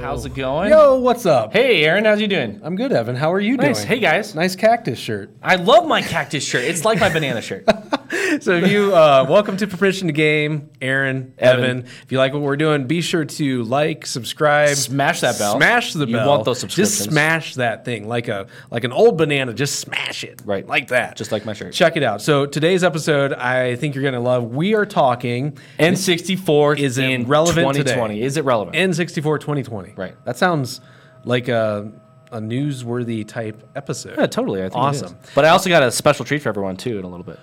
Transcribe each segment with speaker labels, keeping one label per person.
Speaker 1: How's it going?
Speaker 2: Yo, what's up?
Speaker 1: Hey, Aaron, how's you doing?
Speaker 2: I'm good, Evan. How are you
Speaker 1: Nice.
Speaker 2: doing?
Speaker 1: Hey, guys.
Speaker 2: Nice cactus shirt.
Speaker 1: I love my cactus shirt. It's like my banana shirt.
Speaker 2: So if you uh, welcome to Permission to Game, Aaron, Evan.
Speaker 1: Evan.
Speaker 2: If you like what we're doing, be sure to like, subscribe,
Speaker 1: Smash that bell.
Speaker 2: smash the
Speaker 1: You
Speaker 2: bell.
Speaker 1: want those
Speaker 2: Just
Speaker 1: subscriptions.
Speaker 2: smash that thing like a like an old banana. Just smash it
Speaker 1: Right.
Speaker 2: like that.
Speaker 1: Just like my shirt.
Speaker 2: Check it out. So today's episode, I think you're gonna love. We are talking
Speaker 1: N64
Speaker 2: Is it
Speaker 1: in
Speaker 2: relevant today?
Speaker 1: 2020. Is it relevant?
Speaker 2: N64 2020.
Speaker 1: Right.
Speaker 2: That sounds like a a newsworthy type episode.
Speaker 1: yeah, totally. I think it is.
Speaker 2: Awesome.
Speaker 1: But I also got a special treat for everyone too in a little bit.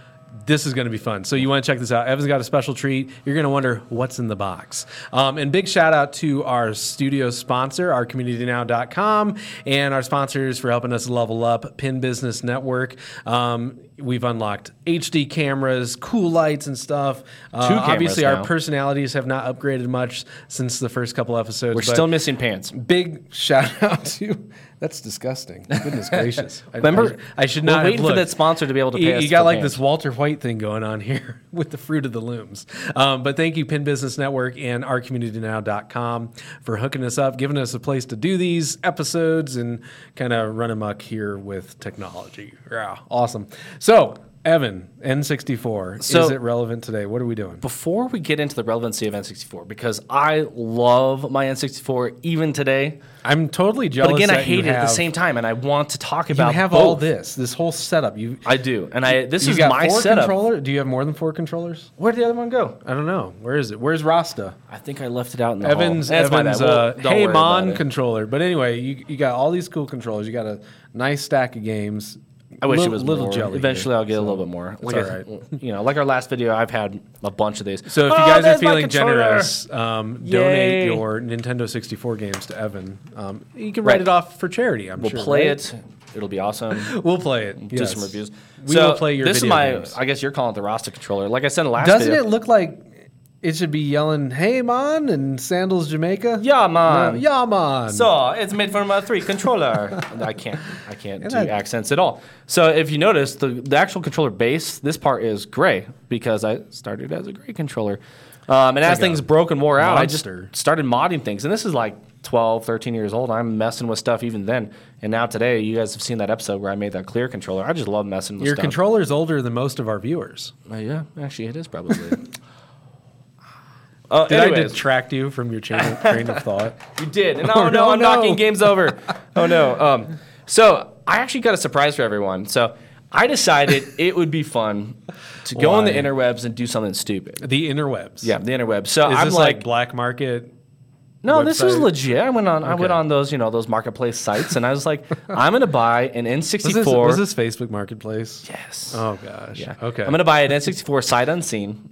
Speaker 2: this is going to be fun. So you want to check this out. Evan's got a special treat. You're going to wonder what's in the box. Um, and big shout out to our studio sponsor, our communitynow.com, and our sponsors for helping us level up, Pin Business Network. Um, we've unlocked HD cameras, cool lights and stuff. Uh,
Speaker 1: Two cameras
Speaker 2: obviously, our
Speaker 1: now.
Speaker 2: personalities have not upgraded much since the first couple episodes.
Speaker 1: We're
Speaker 2: but
Speaker 1: still missing pants.
Speaker 2: Big shout out to that's disgusting. Goodness gracious! I-
Speaker 1: Remember,
Speaker 2: I, I should
Speaker 1: we're
Speaker 2: not have
Speaker 1: waiting for
Speaker 2: looked.
Speaker 1: that sponsor to be able to pay
Speaker 2: You,
Speaker 1: us
Speaker 2: you got
Speaker 1: for
Speaker 2: like
Speaker 1: pants.
Speaker 2: this Walter White thing going on here with the fruit of the looms. Um, but thank you, Pin Business Network and ourcommunitynow.com for hooking us up, giving us a place to do these episodes, and kind of run amok here with technology. Yeah, awesome. So. Evan, N64.
Speaker 1: So-
Speaker 2: is it relevant today? What are we doing?
Speaker 1: Before we get into the relevancy of N64, because I love my N64 even today,
Speaker 2: I'm totally jealous.
Speaker 1: but again, I
Speaker 2: that you
Speaker 1: hate it at the
Speaker 2: have-
Speaker 1: same time, and I want to talk
Speaker 2: You
Speaker 1: about
Speaker 2: have
Speaker 1: both.
Speaker 2: all this, this whole setup. You
Speaker 1: I do, and I this
Speaker 2: You
Speaker 1: is
Speaker 2: got
Speaker 1: my
Speaker 2: four
Speaker 1: setup.
Speaker 2: controller? Do you have more than four controllers?
Speaker 1: Where'd the other one go?
Speaker 2: I don't know. Where is it? Where's Rasta?
Speaker 1: I think I left it out in the
Speaker 2: Evans,
Speaker 1: hall. That's my
Speaker 2: Evans,
Speaker 1: bad. Well,
Speaker 2: uh,
Speaker 1: don't worry
Speaker 2: hey
Speaker 1: about
Speaker 2: Mon
Speaker 1: it.
Speaker 2: controller. But anyway, you, you got all these cool controllers. You got a nice stack of games.
Speaker 1: I wish
Speaker 2: Lit-
Speaker 1: it was
Speaker 2: little
Speaker 1: more.
Speaker 2: jelly.
Speaker 1: Eventually,
Speaker 2: here.
Speaker 1: I'll get a little bit more. Like
Speaker 2: all
Speaker 1: I-
Speaker 2: right.
Speaker 1: You know, like our last video, I've had a bunch of these.
Speaker 2: So if you
Speaker 1: Oh,
Speaker 2: guys are
Speaker 1: there's my
Speaker 2: feeling
Speaker 1: controller.
Speaker 2: generous, um, donate
Speaker 1: Yay.
Speaker 2: your Nintendo 64 games to Evan. Um, you can write
Speaker 1: Right.
Speaker 2: it off for charity. I'm
Speaker 1: we'll
Speaker 2: sure.
Speaker 1: play
Speaker 2: right?
Speaker 1: it. It'll be awesome.
Speaker 2: We'll play it.
Speaker 1: Do some reviews.
Speaker 2: We
Speaker 1: So
Speaker 2: will play your.
Speaker 1: This
Speaker 2: video
Speaker 1: is my.
Speaker 2: games.
Speaker 1: I guess you're calling it the Rasta controller. Like I said in the last.
Speaker 2: Doesn't
Speaker 1: video,
Speaker 2: it look like it should be yelling "Hey Mon" and Sandals Jamaica?
Speaker 1: Yeah, man.
Speaker 2: yeah, Mon.
Speaker 1: So it's made from a three controller. I can't, I can't do
Speaker 2: I-
Speaker 1: accents at all. So if you notice, the, the actual controller base, this part is gray because I started as a gray controller. Um, and as things broke and wore out, I
Speaker 2: monster.
Speaker 1: just started modding things. And this is like 12, 13 years old. I'm messing with stuff even then. And now today, you guys have seen that episode where I made that clear controller. I just love messing with
Speaker 2: Your
Speaker 1: stuff.
Speaker 2: controller's older than most of our viewers.
Speaker 1: Uh, yeah, actually, it is probably. uh,
Speaker 2: Did I
Speaker 1: anyways.
Speaker 2: detract you from your train of, train of thought?
Speaker 1: You did. And oh, no,
Speaker 2: no,
Speaker 1: I'm
Speaker 2: no.
Speaker 1: knocking games over. Oh no. Um, so I actually got a surprise for everyone. So I decided it would be fun to go on the
Speaker 2: Why?
Speaker 1: interwebs and do something stupid.
Speaker 2: The interwebs.
Speaker 1: Yeah, the interwebs. So
Speaker 2: Is
Speaker 1: I'm
Speaker 2: this like,
Speaker 1: like,
Speaker 2: black market?
Speaker 1: no, this was
Speaker 2: website?
Speaker 1: legit. I went on, I went
Speaker 2: Okay.
Speaker 1: on those, you know, those marketplace sites, and I was like, I'm gonna buy an N64.
Speaker 2: Was this, was this Facebook Marketplace?
Speaker 1: yes.
Speaker 2: Oh gosh.
Speaker 1: Yeah.
Speaker 2: Okay.
Speaker 1: I'm gonna buy an N64 sight unseen.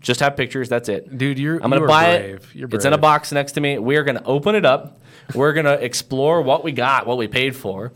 Speaker 1: Just have pictures. That's it.
Speaker 2: Dude, you're.
Speaker 1: I'm gonna
Speaker 2: you are
Speaker 1: buy
Speaker 2: brave.
Speaker 1: it.
Speaker 2: You're
Speaker 1: It's in a
Speaker 2: brave.
Speaker 1: box next to me. We are gonna open it up. We're gonna explore what we got, what we paid for,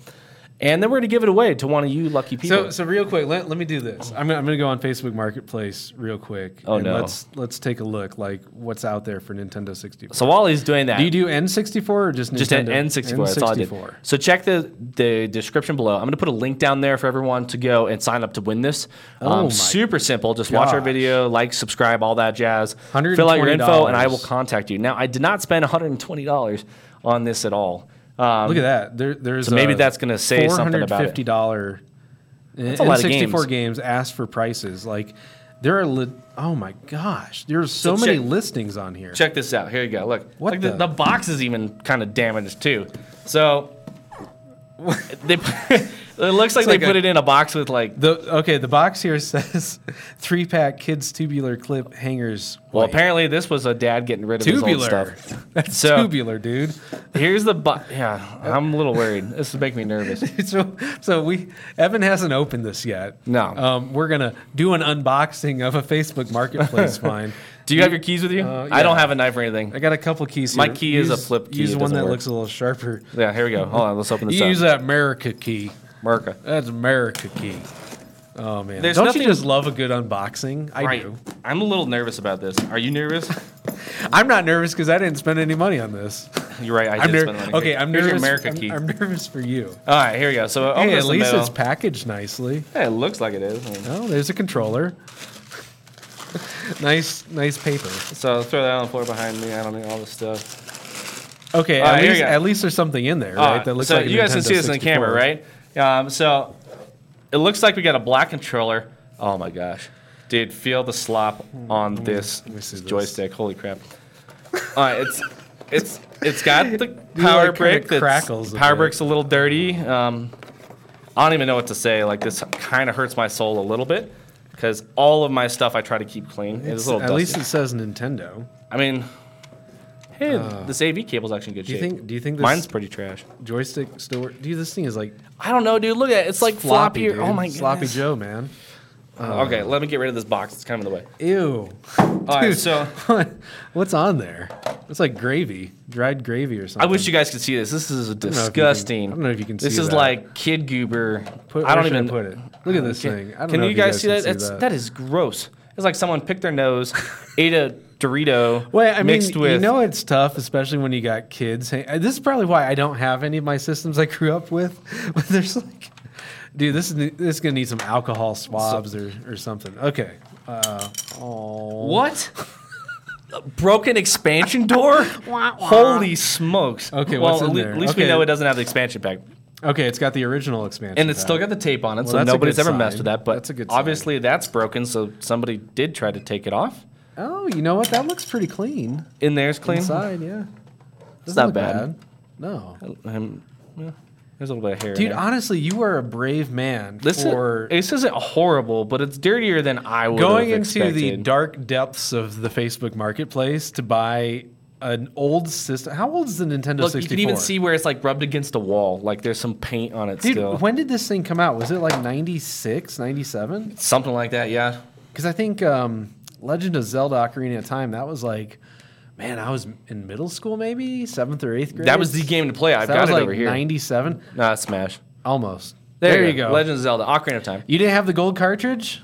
Speaker 1: and then we're gonna give it away to one of you lucky
Speaker 2: So,
Speaker 1: people.
Speaker 2: so real quick, let, let me do this. I'm gonna, I'm gonna go on Facebook Marketplace real quick.
Speaker 1: Oh,
Speaker 2: and
Speaker 1: no.
Speaker 2: Let's let's take a look like what's out there for Nintendo 64.
Speaker 1: so while he's doing that,
Speaker 2: do you do N64 or just Nintendo?
Speaker 1: just an N64. That's all I did.
Speaker 2: N64.
Speaker 1: So check the the description below. I'm gonna put a link down there for everyone to go and sign up to win this.
Speaker 2: Oh my
Speaker 1: Um, super simple. Just watch our
Speaker 2: gosh.
Speaker 1: video, like, subscribe, all that jazz. Fill out your info, and I will
Speaker 2: $120.
Speaker 1: contact you. Now, I did not spend 120 dollars on this at all. Um,
Speaker 2: Look at that. There, there's
Speaker 1: So maybe
Speaker 2: a
Speaker 1: that's gonna say something about it.
Speaker 2: $450
Speaker 1: a lot of
Speaker 2: N64
Speaker 1: games.
Speaker 2: games asked for prices. Like there are li- oh my gosh, there's so,
Speaker 1: So
Speaker 2: many
Speaker 1: check-
Speaker 2: listings on here.
Speaker 1: Check this out. Here you go. Look.
Speaker 2: What
Speaker 1: Like, the,
Speaker 2: the-
Speaker 1: the? box is even kind of damaged too. So they it looks like they
Speaker 2: like
Speaker 1: put
Speaker 2: a-
Speaker 1: it in a box with like
Speaker 2: The okay, the box here says three pack kids tubular clip hangers.
Speaker 1: well,
Speaker 2: white.
Speaker 1: apparently this was a dad getting rid of his
Speaker 2: Tubular.
Speaker 1: old stuff.
Speaker 2: that's
Speaker 1: so-
Speaker 2: tubular, dude.
Speaker 1: Here's the box. Yeah, I'm a little worried. This is making me nervous.
Speaker 2: So, so we Evan hasn't opened this yet.
Speaker 1: No.
Speaker 2: um, we're gonna do an unboxing of a Facebook Marketplace find.
Speaker 1: Do you have your keys with you?
Speaker 2: Uh,
Speaker 1: I don't
Speaker 2: yeah.
Speaker 1: have a knife or anything.
Speaker 2: I got a couple keys.
Speaker 1: My
Speaker 2: here.
Speaker 1: key is a
Speaker 2: Use-
Speaker 1: flip key.
Speaker 2: Use
Speaker 1: It
Speaker 2: one
Speaker 1: doesn't
Speaker 2: that
Speaker 1: work.
Speaker 2: looks a little sharper.
Speaker 1: Yeah, here we go. Hold on, let's open this
Speaker 2: You
Speaker 1: up.
Speaker 2: use that America key.
Speaker 1: America.
Speaker 2: That's America key. Oh man,
Speaker 1: There's
Speaker 2: don't you
Speaker 1: nothing-
Speaker 2: just love a good unboxing? I
Speaker 1: right.
Speaker 2: do.
Speaker 1: I'm a little nervous about this. Are you nervous?
Speaker 2: I'm not nervous because I didn't spend any money on this.
Speaker 1: You're right. I
Speaker 2: I'm
Speaker 1: did
Speaker 2: ner-
Speaker 1: spend money.
Speaker 2: okay,
Speaker 1: Here-
Speaker 2: I'm
Speaker 1: Here's
Speaker 2: nervous.
Speaker 1: your America
Speaker 2: I'm,
Speaker 1: key.
Speaker 2: I'm nervous for you.
Speaker 1: All right, here we go. So open this
Speaker 2: Hey, at
Speaker 1: in the
Speaker 2: least
Speaker 1: middle.
Speaker 2: it's packaged nicely.
Speaker 1: Yeah, it looks like it is.
Speaker 2: Oh, there's a controller. nice, nice paper.
Speaker 1: So throw that on the floor behind me. I don't need all this stuff.
Speaker 2: Okay,
Speaker 1: All right,
Speaker 2: at,
Speaker 1: here we
Speaker 2: least,
Speaker 1: go.
Speaker 2: at least there's something in there, right?
Speaker 1: Uh, so
Speaker 2: a
Speaker 1: you guys can
Speaker 2: Nintendo
Speaker 1: see this in the
Speaker 2: 64.
Speaker 1: camera, right? Um, so it looks like we got a black controller. Oh my gosh, dude, feel the slop on this
Speaker 2: Mm-hmm. me see this.
Speaker 1: joystick. Holy crap! All right, it's it's it's got the power
Speaker 2: like, kinda
Speaker 1: brick. that's-
Speaker 2: crackles a
Speaker 1: Power
Speaker 2: bit.
Speaker 1: brick's a little dirty. Um, I don't even know what to say. Like this kind of hurts my soul a little bit because all of my stuff I try to keep clean. It's,
Speaker 2: It's-
Speaker 1: a little
Speaker 2: at least
Speaker 1: dusty.
Speaker 2: it says Nintendo.
Speaker 1: I mean, hey, this AV cable's actually in good
Speaker 2: Uh, Do you
Speaker 1: shape.
Speaker 2: think? Do you think this
Speaker 1: Mine's pretty trash.
Speaker 2: joystick still? work- Dude, this thing is like
Speaker 1: I don't know, dude. Look at it. It's like floppy.
Speaker 2: dude.
Speaker 1: oh my
Speaker 2: sloppy
Speaker 1: goodness.
Speaker 2: Joe, man.
Speaker 1: okay, let me get rid of this box. It's kind of in the way.
Speaker 2: Ew.
Speaker 1: All right,
Speaker 2: Dude.
Speaker 1: so
Speaker 2: What's on there? It's like gravy, dried gravy or
Speaker 1: I
Speaker 2: something.
Speaker 1: wish you guys could see this. This is
Speaker 2: know if you can-
Speaker 1: disgusting.
Speaker 2: I don't know if you can
Speaker 1: This
Speaker 2: see
Speaker 1: is
Speaker 2: that.
Speaker 1: like kid goober.
Speaker 2: Put,
Speaker 1: I don't
Speaker 2: where should
Speaker 1: even
Speaker 2: put it. Look at this
Speaker 1: Can,
Speaker 2: thing. I don't
Speaker 1: can
Speaker 2: know
Speaker 1: you
Speaker 2: if
Speaker 1: guys see
Speaker 2: can
Speaker 1: that? It's,
Speaker 2: that.
Speaker 1: that is gross. It's like someone picked their nose, ate a Dorito
Speaker 2: Well, I mean,
Speaker 1: mixed with.
Speaker 2: you know it's tough, especially when you got kids. Hey, uh, This is probably why I don't have any of my systems I grew up with. But there's like, dude, this is this is gonna need some alcohol swabs or, or something. Okay. Uh, oh.
Speaker 1: what? A broken expansion door? Holy smokes!
Speaker 2: Okay,
Speaker 1: well,
Speaker 2: what's in
Speaker 1: at, le-
Speaker 2: there?
Speaker 1: at least
Speaker 2: Okay.
Speaker 1: we know it doesn't have the expansion pack.
Speaker 2: Okay, it's got the original expansion,
Speaker 1: and it's still
Speaker 2: pack.
Speaker 1: got the tape on it, so
Speaker 2: that's a
Speaker 1: nobody's
Speaker 2: good
Speaker 1: ever
Speaker 2: sign.
Speaker 1: messed with that. But
Speaker 2: That's a good sign.
Speaker 1: obviously, that's broken, so somebody did try to take it off.
Speaker 2: Oh, you know what? That looks pretty clean
Speaker 1: In there's clean.
Speaker 2: inside. Yeah,
Speaker 1: It's
Speaker 2: Doesn't
Speaker 1: not
Speaker 2: look
Speaker 1: bad.
Speaker 2: No,
Speaker 1: Um, yeah, there's a little bit of hair. in
Speaker 2: dude.
Speaker 1: there.
Speaker 2: Honestly, you are a brave man
Speaker 1: this,
Speaker 2: for
Speaker 1: is, this isn't horrible, but it's dirtier than I would
Speaker 2: going
Speaker 1: have
Speaker 2: into the
Speaker 1: expected.
Speaker 2: dark depths of the Facebook Marketplace to buy an old system. How old is the Nintendo
Speaker 1: Look,
Speaker 2: 64?
Speaker 1: you can even see where it's like rubbed against a wall. Like there's some paint on it
Speaker 2: Dude,
Speaker 1: still.
Speaker 2: when did this thing come out? Was it like 96, 97?
Speaker 1: Something like that, yeah.
Speaker 2: Because I think um, Legend of Zelda Ocarina of Time, that was like, man, I was in middle school maybe, seventh or eighth grade.
Speaker 1: That was the game to play. I've
Speaker 2: that
Speaker 1: got
Speaker 2: was
Speaker 1: it
Speaker 2: like
Speaker 1: over here.
Speaker 2: 97?
Speaker 1: Nah, Smash.
Speaker 2: Almost. There, you go.
Speaker 1: Legend of Zelda, Ocarina of Time.
Speaker 2: You didn't have the gold cartridge?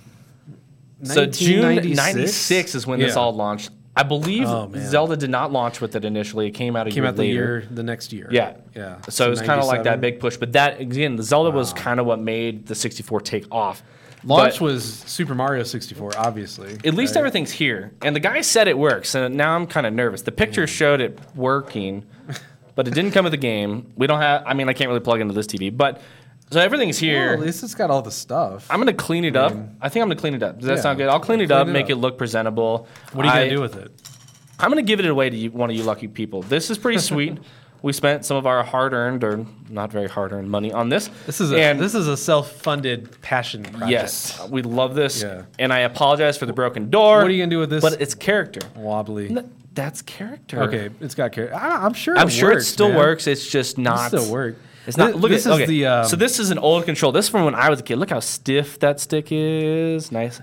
Speaker 1: So June
Speaker 2: 1996?
Speaker 1: '96 is when this
Speaker 2: Yeah.
Speaker 1: all launched. I believe
Speaker 2: Oh, man.
Speaker 1: Zelda did not launch with it initially. It came out a
Speaker 2: came
Speaker 1: year
Speaker 2: out the
Speaker 1: later.
Speaker 2: year, the next year.
Speaker 1: Yeah,
Speaker 2: Yeah.
Speaker 1: So it was kind of like
Speaker 2: 97.
Speaker 1: that big push, but that again, the Zelda was kind of what made the 64 take off.
Speaker 2: Launch
Speaker 1: But
Speaker 2: was Super Mario 64, obviously.
Speaker 1: At least everything's here, and the guy said it works. And now I'm kind of nervous. The picture
Speaker 2: Mm.
Speaker 1: showed it working, but it didn't come with the game. We don't have. I mean, I can't really plug into this TV, but so everything's here.
Speaker 2: Well, at least it's got all the stuff.
Speaker 1: I'm gonna clean it up. I think I'm gonna clean it up. Does that
Speaker 2: Yeah.
Speaker 1: sound good? I'll clean it
Speaker 2: Clean
Speaker 1: up,
Speaker 2: it
Speaker 1: make
Speaker 2: up.
Speaker 1: it look presentable.
Speaker 2: what are you
Speaker 1: I-
Speaker 2: gonna do with it?
Speaker 1: I'm gonna give it away to you, one of you lucky people. This is pretty sweet. We spent some of our hard-earned or not very hard-earned money on this.
Speaker 2: This is a
Speaker 1: and
Speaker 2: this is a self-funded passion project.
Speaker 1: yes, we love this.
Speaker 2: Yeah.
Speaker 1: And I apologize for the broken door.
Speaker 2: What are you gonna do with this?
Speaker 1: But it's character.
Speaker 2: Wobbly.
Speaker 1: N- That's character.
Speaker 2: Okay, it's got care. I, I'm sure.
Speaker 1: I'm
Speaker 2: it
Speaker 1: sure
Speaker 2: works,
Speaker 1: it still
Speaker 2: man.
Speaker 1: works. It's just
Speaker 2: It
Speaker 1: not.
Speaker 2: still work.
Speaker 1: It's not.
Speaker 2: Thi-
Speaker 1: Look
Speaker 2: this
Speaker 1: at
Speaker 2: is
Speaker 1: okay.
Speaker 2: the um,
Speaker 1: so this is an old control. This is from when I was a kid. Look how stiff that stick is. Nice.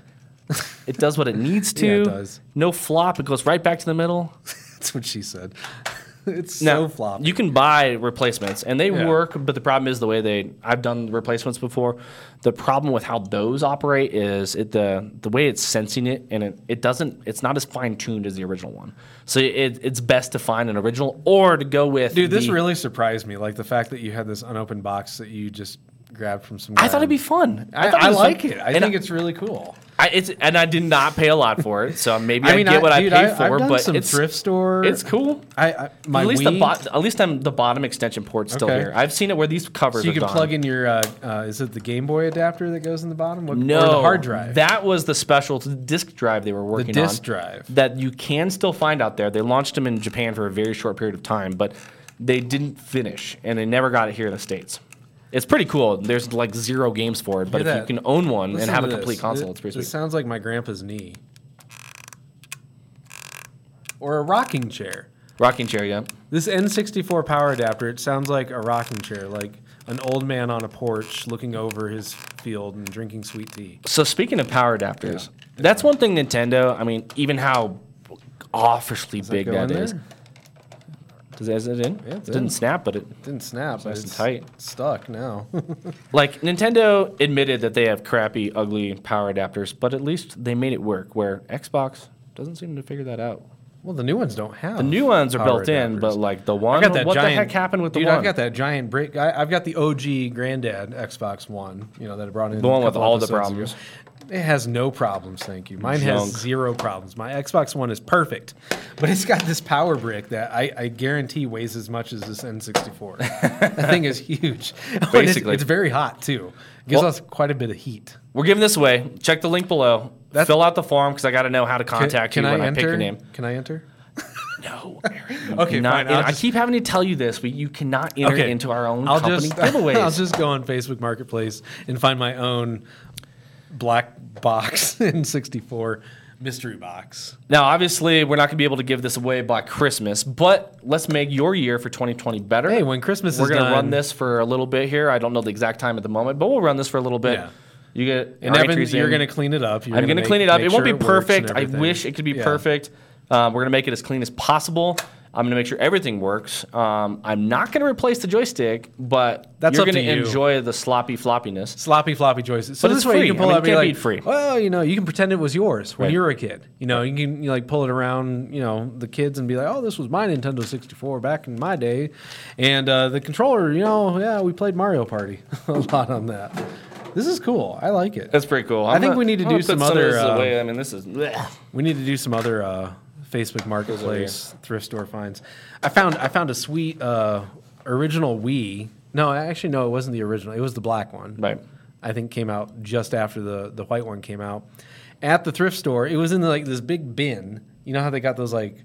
Speaker 1: It does what it needs to.
Speaker 2: Yeah, it does.
Speaker 1: No flop. It goes right back to the middle.
Speaker 2: That's what she said. it's
Speaker 1: Now,
Speaker 2: so floppy.
Speaker 1: You can buy replacements and they
Speaker 2: Yeah.
Speaker 1: work, but the problem is the way they I've done replacements before. The problem with how those operate is it the the way it's sensing it and it, it doesn't it's not as fine tuned as the original one. So it, it's best to find an original or to go with
Speaker 2: Dude, this
Speaker 1: the-
Speaker 2: really surprised me. Like the fact that you had this unopened box that you just grabbed from some.
Speaker 1: I thought it'd be fun. thought
Speaker 2: I
Speaker 1: was
Speaker 2: like
Speaker 1: fun.
Speaker 2: it. I
Speaker 1: and
Speaker 2: think it's really cool.
Speaker 1: I, it's and I did not pay a lot for it, so maybe I, get what
Speaker 2: dude,
Speaker 1: I paid
Speaker 2: I've
Speaker 1: for.
Speaker 2: done
Speaker 1: but
Speaker 2: some
Speaker 1: it's
Speaker 2: thrift store.
Speaker 1: it's cool.
Speaker 2: I, I my
Speaker 1: At least, the
Speaker 2: Wii-
Speaker 1: bo- at least I'm the bottom extension port's still
Speaker 2: Okay.
Speaker 1: here. I've seen it where these covers
Speaker 2: So you
Speaker 1: are
Speaker 2: can
Speaker 1: gone.
Speaker 2: plug in your uh, uh, is it the Game Boy adapter that goes in the bottom? What,
Speaker 1: No,
Speaker 2: or the hard drive.
Speaker 1: That was the special t- disc drive they were working on.
Speaker 2: disc drive.
Speaker 1: that you can still find out there. They launched them in Japan for a very short period of time, but they didn't finish, and they never got it here in the states. It's pretty cool. There's like zero games for it, but if
Speaker 2: Look at
Speaker 1: you
Speaker 2: that.
Speaker 1: can own one
Speaker 2: Listen
Speaker 1: and have
Speaker 2: to
Speaker 1: a complete
Speaker 2: this.
Speaker 1: console,
Speaker 2: It-
Speaker 1: it's pretty
Speaker 2: It
Speaker 1: sweet.
Speaker 2: sounds like my grandpa's knee, or a rocking chair.
Speaker 1: Rocking chair, yeah.
Speaker 2: This N64 power adapter. It sounds like a rocking chair, like an old man on a porch looking over his field and drinking sweet tea.
Speaker 1: So speaking of power adapters, that's one thing Nintendo. I mean, even how awfully big
Speaker 2: Go
Speaker 1: that
Speaker 2: in
Speaker 1: is.
Speaker 2: there?
Speaker 1: Does is it in?
Speaker 2: Yeah, it's
Speaker 1: didn't
Speaker 2: in.
Speaker 1: snap, but it
Speaker 2: Didn't snap. but
Speaker 1: nice and
Speaker 2: it's
Speaker 1: tight.
Speaker 2: Stuck now.
Speaker 1: Like Nintendo admitted that they have crappy, ugly power adapters, but at least they made it work. Where Xbox doesn't seem to figure that out.
Speaker 2: well, the new ones don't have.
Speaker 1: The new ones are
Speaker 2: power
Speaker 1: built in, but
Speaker 2: adapters.
Speaker 1: like the one,
Speaker 2: I got that
Speaker 1: what
Speaker 2: giant,
Speaker 1: the heck happened with the
Speaker 2: dude,
Speaker 1: one?
Speaker 2: I've got that giant brick. I, I've got the OG granddad Xbox One, you know, that I brought in.
Speaker 1: The one
Speaker 2: a
Speaker 1: with
Speaker 2: couple
Speaker 1: all the
Speaker 2: episodes ago. It has no problems, thank you. Mine has
Speaker 1: Junk.
Speaker 2: zero problems. My Xbox One is perfect, but it's got this power brick that I, I guarantee weighs as much as this N64. that thing is huge. Oh, And it's-
Speaker 1: Basically.
Speaker 2: it's, very hot too. It gives
Speaker 1: Well-
Speaker 2: us quite a bit of heat.
Speaker 1: We're giving this away. Check the link below.
Speaker 2: That's-
Speaker 1: Fill out the form because I got to know how to contact you when I, pick
Speaker 2: enter?
Speaker 1: your name.
Speaker 2: Can I enter?
Speaker 1: No,
Speaker 2: Okay,
Speaker 1: not
Speaker 2: fine.
Speaker 1: in-
Speaker 2: I'll
Speaker 1: I
Speaker 2: just-
Speaker 1: keep having to tell you this, but you cannot enter
Speaker 2: Okay.
Speaker 1: into our own
Speaker 2: I'll
Speaker 1: company
Speaker 2: just,
Speaker 1: giveaways.
Speaker 2: I'll just go on Facebook Marketplace and find my own black box N64 mystery box.
Speaker 1: Now, obviously, we're not going to be able to give this away by Christmas, but let's make your year for 2020 better.
Speaker 2: Hey, when Christmas
Speaker 1: we're
Speaker 2: is
Speaker 1: gonna
Speaker 2: done,
Speaker 1: run this for a little bit here. I don't know the exact time at the moment, but we'll run this for a little bit.
Speaker 2: Yeah.
Speaker 1: You get
Speaker 2: And
Speaker 1: our
Speaker 2: Evan,
Speaker 1: entries
Speaker 2: you're
Speaker 1: in.
Speaker 2: going to clean it up. You're
Speaker 1: I'm going to
Speaker 2: make-
Speaker 1: clean it up.
Speaker 2: make
Speaker 1: It won't
Speaker 2: sure
Speaker 1: be
Speaker 2: works and
Speaker 1: perfect. I
Speaker 2: everything.
Speaker 1: wish it could be
Speaker 2: Yeah.
Speaker 1: perfect. Um, we're going to make it as clean as possible. I'm going to make sure everything works. Um, I'm not going to replace the joystick, but
Speaker 2: That's
Speaker 1: you're
Speaker 2: up to
Speaker 1: gonna
Speaker 2: you.
Speaker 1: enjoy the sloppy floppiness.
Speaker 2: Sloppy floppy choices. So
Speaker 1: But
Speaker 2: this
Speaker 1: it's
Speaker 2: way
Speaker 1: free.
Speaker 2: you can pull
Speaker 1: I mean,
Speaker 2: it up
Speaker 1: it
Speaker 2: and
Speaker 1: can't
Speaker 2: you're
Speaker 1: be
Speaker 2: like,
Speaker 1: free.
Speaker 2: well, you know, you can pretend it was yours when
Speaker 1: Right.
Speaker 2: you were a kid. You know, you can you like pull it around, you know, the kids and be like, oh, this was my Nintendo 64 back in my day, and uh, the controller, you know, yeah, we played Mario Party a lot on that. This is cool. I like it.
Speaker 1: That's pretty cool.
Speaker 2: think we need to do
Speaker 1: gonna put
Speaker 2: some
Speaker 1: of
Speaker 2: other,
Speaker 1: this
Speaker 2: uh,
Speaker 1: away. I mean, this is. bleh.
Speaker 2: We need to do some other uh, Facebook Marketplace thrift store finds. I found I found a sweet uh, original Wii. No, actually, no, it wasn't the original. It was the black one.
Speaker 1: Right.
Speaker 2: I think came out just after the the white one came out. At the thrift store, it was in like this big bin. You know how they got those like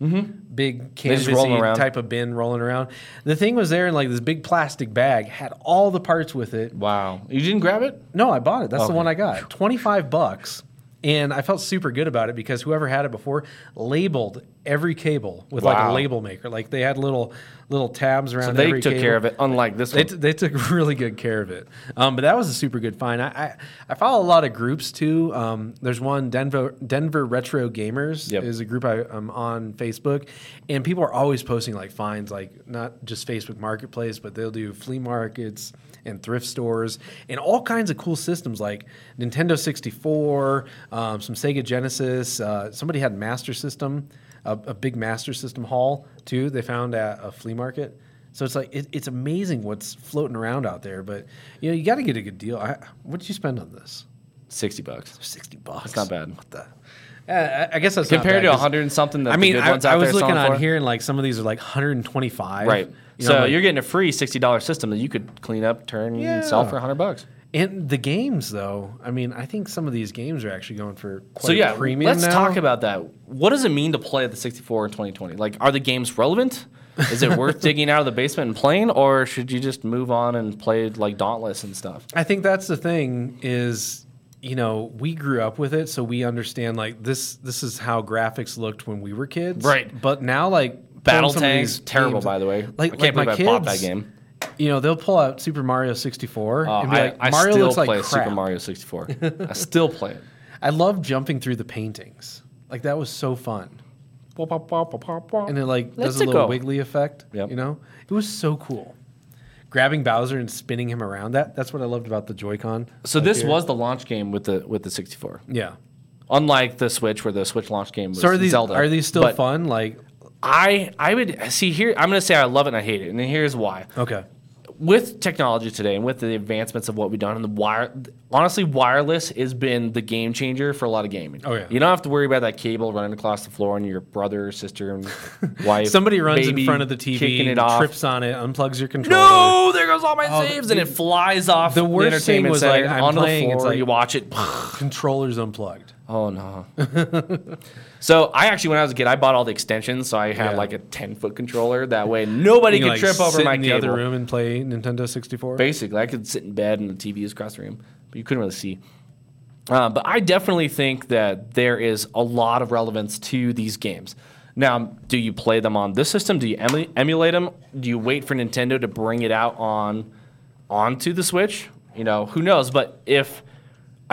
Speaker 2: big
Speaker 1: Mm-hmm. just roll 'em
Speaker 2: canvasy
Speaker 1: around.
Speaker 2: type of bin rolling around. The thing was there in like this big plastic bag, had all the parts with it.
Speaker 1: Wow. You didn't grab it?
Speaker 2: No, I bought it. That's the
Speaker 1: Okay.
Speaker 2: one I got. 25 bucks. And I felt super good about it because whoever had it before labeled every cable with like a
Speaker 1: Wow.
Speaker 2: label maker. Like they had little little tabs around.
Speaker 1: They
Speaker 2: every
Speaker 1: took
Speaker 2: cable.
Speaker 1: care of it, unlike this
Speaker 2: They,
Speaker 1: one.
Speaker 2: t- they took really good care of it. Um, but that was a super good find. I, I, I follow a lot of groups too. Um, there's one Denver Denver Retro Gamers
Speaker 1: Yep.
Speaker 2: is a group I, I'm on Facebook, and people are always posting like finds, like not just Facebook Marketplace, but they'll do flea markets and thrift stores and all kinds of cool systems like Nintendo 64, um, some Sega Genesis. Uh, somebody had Master System. A, a big master system haul too. They found at a flea market. So it's like it, it's amazing what's floating around out there, but you know you got to get a good deal. I, what did you spend on this?
Speaker 1: 60 bucks.
Speaker 2: Sixty bucks. It's
Speaker 1: not bad.
Speaker 2: What the? Uh, I, I guess that's not
Speaker 1: Compared
Speaker 2: bad,
Speaker 1: to
Speaker 2: 'cause-
Speaker 1: 100 and something that
Speaker 2: I mean,
Speaker 1: the good
Speaker 2: I,
Speaker 1: ones out
Speaker 2: I was
Speaker 1: there
Speaker 2: looking
Speaker 1: selling
Speaker 2: on
Speaker 1: for.
Speaker 2: here and like some of these are like 125.
Speaker 1: Right.
Speaker 2: You know,
Speaker 1: so
Speaker 2: like-
Speaker 1: you're getting a free $60 system that you could clean up, turn, and sell
Speaker 2: Yeah.
Speaker 1: for 100 bucks.
Speaker 2: and the games though. I mean, I think some of these games are actually going for quite
Speaker 1: So yeah,
Speaker 2: a premium.
Speaker 1: let's
Speaker 2: now.
Speaker 1: talk about that. What does it mean to play the 64 in 2020? Like, are the games relevant? Is it worth digging out of the basement and playing, or should you just move on and play like Dauntless and stuff?
Speaker 2: I think that's the thing is you know we grew up with it so we understand like this this is how graphics looked when we were kids
Speaker 1: Right.
Speaker 2: but now like
Speaker 1: Battle
Speaker 2: pulling some of
Speaker 1: Tanks,
Speaker 2: these
Speaker 1: terrible
Speaker 2: games-
Speaker 1: by the way. I
Speaker 2: like like
Speaker 1: can't
Speaker 2: my
Speaker 1: believe
Speaker 2: kids,
Speaker 1: I bought that game.
Speaker 2: you know they'll pull out Super Mario 64
Speaker 1: Uh,
Speaker 2: and be
Speaker 1: I,
Speaker 2: like
Speaker 1: I
Speaker 2: Mario
Speaker 1: still
Speaker 2: looks
Speaker 1: play
Speaker 2: like crap
Speaker 1: Super Mario 64. I still play it.
Speaker 2: I love jumping through the paintings like that was so fun and it like
Speaker 1: Let's
Speaker 2: does a
Speaker 1: it
Speaker 2: little
Speaker 1: go.
Speaker 2: wiggly effect
Speaker 1: Yep.
Speaker 2: you know it was so cool grabbing Bowser and spinning him around that that's what I loved about the Joy-Con
Speaker 1: So
Speaker 2: up
Speaker 1: this
Speaker 2: here.
Speaker 1: was the launch game with the with the 64.
Speaker 2: yeah
Speaker 1: Unlike the Switch, where the Switch launch game was
Speaker 2: so are these
Speaker 1: Zelda.
Speaker 2: are these still
Speaker 1: But
Speaker 2: fun like
Speaker 1: I I would see here. I'm gonna say I love it and I hate it, and here's why.
Speaker 2: Okay.
Speaker 1: with technology today and with the advancements of what we've done and the wire honestly wireless has been the game changer for a lot of gaming
Speaker 2: Oh, yeah.
Speaker 1: you don't have to worry about that cable running across the floor and your brother sister and wife
Speaker 2: Somebody runs
Speaker 1: baby
Speaker 2: in front of the TV,
Speaker 1: kicking it off
Speaker 2: trips on it, unplugs your controller.
Speaker 1: no there goes all my saves and
Speaker 2: dude.
Speaker 1: it flies off
Speaker 2: The worst
Speaker 1: the
Speaker 2: thing
Speaker 1: entertainment
Speaker 2: was,
Speaker 1: center
Speaker 2: like, I'm
Speaker 1: onto
Speaker 2: playing,
Speaker 1: the
Speaker 2: it's
Speaker 1: floor
Speaker 2: like-
Speaker 1: you watch it
Speaker 2: Controller's unplugged.
Speaker 1: oh no so i actually when i was a kid i bought all the extensions so i had
Speaker 2: Yeah.
Speaker 1: like a 10 foot controller that way nobody
Speaker 2: You
Speaker 1: could
Speaker 2: like,
Speaker 1: trip over
Speaker 2: sit
Speaker 1: my
Speaker 2: in the
Speaker 1: cable
Speaker 2: other room and play Nintendo 64.
Speaker 1: basically i could sit in bed and the tv is across the room but you couldn't really see uh, but i definitely think that there is a lot of relevance to these games now do you play them on this system do you emu- emulate them do you wait for nintendo to bring it out on onto the switch you know who knows but if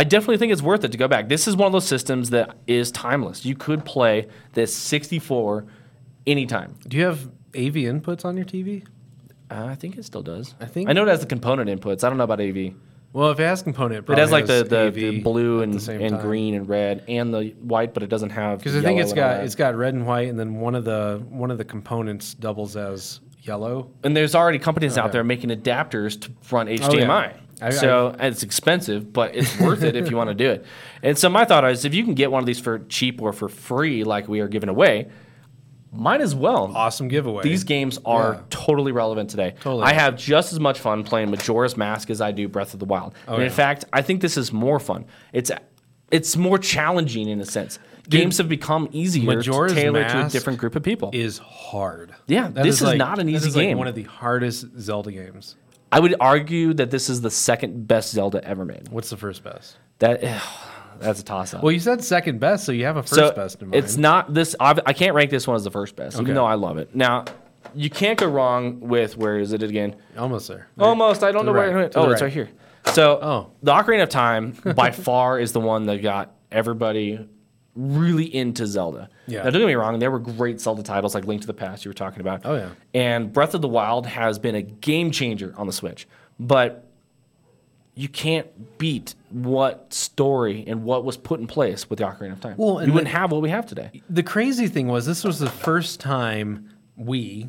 Speaker 1: I definitely think it's worth it to go back. This is one of those systems that is timeless. You could play this 64 anytime.
Speaker 2: Do you have AV inputs on your TV?
Speaker 1: Uh, I think it still does. I
Speaker 2: think-
Speaker 1: I know it has the component inputs. I don't know about AV.
Speaker 2: Well, if it has component, it,
Speaker 1: It
Speaker 2: probably
Speaker 1: has like the, the,
Speaker 2: AV
Speaker 1: the blue
Speaker 2: at
Speaker 1: and,
Speaker 2: the same
Speaker 1: and
Speaker 2: time.
Speaker 1: green and red and the white, but it doesn't have.
Speaker 2: Because I think
Speaker 1: yellow and
Speaker 2: it's
Speaker 1: all
Speaker 2: got
Speaker 1: that.
Speaker 2: it's got red and white, and then one of the one of the components doubles as yellow.
Speaker 1: And there's already companies out there making adapters to run HDMI.
Speaker 2: Oh, I-
Speaker 1: so and it's expensive, but it's worth it if you want to do it. And so my thought is, if you can get one of these for cheap or for free, like we are giving away, might as well.
Speaker 2: Awesome giveaway.
Speaker 1: These games are
Speaker 2: Yeah.
Speaker 1: totally relevant today.
Speaker 2: Totally
Speaker 1: I have just as much fun playing Majora's Mask as I do Breath of the Wild. and in
Speaker 2: Oh, yeah.
Speaker 1: fact, I think this is more fun. It's it's more challenging in a sense. Games have become easier
Speaker 2: Majora's
Speaker 1: to tailor to a
Speaker 2: Mask
Speaker 1: different group of people.
Speaker 2: is hard.
Speaker 1: Yeah, this is not an
Speaker 2: that
Speaker 1: easy
Speaker 2: is, like,
Speaker 1: game.
Speaker 2: one of the hardest Zelda games.
Speaker 1: I would argue that this is the second best Zelda ever made.
Speaker 2: What's the first best?
Speaker 1: That that's a toss up.
Speaker 2: Well, you said second best, so you have a first
Speaker 1: so
Speaker 2: best in mind.
Speaker 1: it's not this. I've, I can't rank this one as the first best,
Speaker 2: Okay.
Speaker 1: even though I love it. Now, you can't go wrong with where is it again?
Speaker 2: almost there.
Speaker 1: Almost. I don't know
Speaker 2: the
Speaker 1: where.
Speaker 2: right,
Speaker 1: it-
Speaker 2: to
Speaker 1: Oh,
Speaker 2: the
Speaker 1: it's
Speaker 2: right.
Speaker 1: right here. So,
Speaker 2: Oh.
Speaker 1: the Ocarina of Time by far is the one that got everybody really into Zelda.
Speaker 2: Yeah.
Speaker 1: Now, don't get me wrong, there were great Zelda titles like Link to the Past you were talking about.
Speaker 2: Oh, yeah.
Speaker 1: And Breath of the Wild has been a game changer on the Switch, but you can't beat what story and what was put in place with the Ocarina of Time.
Speaker 2: Well, and
Speaker 1: you wouldn't have what we have today.
Speaker 2: The crazy thing was, this was the first time we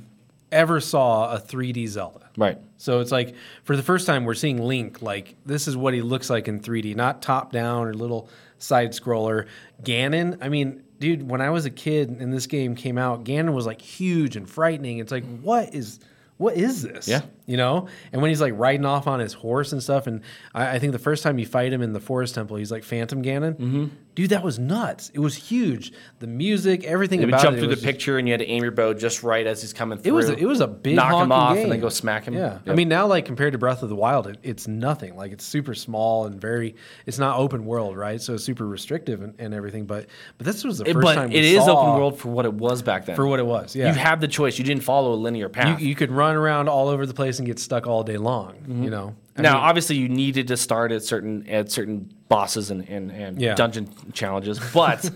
Speaker 2: ever saw a 3D Zelda.
Speaker 1: Right.
Speaker 2: So it's like for the first time we're seeing Link like this is what he looks like in 3D, not top down or little side scroller. Ganon, I mean, dude, when I was a kid and this game came out, Ganon was like huge and frightening. It's like what is what is this?
Speaker 1: Yeah.
Speaker 2: You know? And when he's like riding off on his horse and stuff, and I, I think the first time you fight him in the forest temple, he's like Phantom Ganon. Mm-hmm. Dude, that was nuts. It was huge. The music, everything
Speaker 1: You would
Speaker 2: about
Speaker 1: jump
Speaker 2: it. it
Speaker 1: through the
Speaker 2: was-
Speaker 1: picture and you had to aim your bow just right as he's coming through.
Speaker 2: it was it was a big
Speaker 1: knock him
Speaker 2: honking
Speaker 1: off
Speaker 2: game.
Speaker 1: and then go smack him.
Speaker 2: Yeah, I
Speaker 1: Yep.
Speaker 2: mean now like compared to Breath of the Wild, it, it's nothing. Like it's super small and very. It's not open world, right? So it's super restrictive and, and everything. But but this was the
Speaker 1: It-
Speaker 2: first
Speaker 1: but
Speaker 2: time
Speaker 1: it
Speaker 2: we
Speaker 1: is
Speaker 2: saw
Speaker 1: open world for what it was back then.
Speaker 2: for what it was. Yeah,
Speaker 1: You have the choice. You didn't follow a linear path.
Speaker 2: you, you could run around all over the place and get stuck all day long. You know. I
Speaker 1: Mm-hmm. now,
Speaker 2: mean,
Speaker 1: obviously, you needed to start at certain at certain bosses and and, and
Speaker 2: Yeah.
Speaker 1: dungeon challenges, but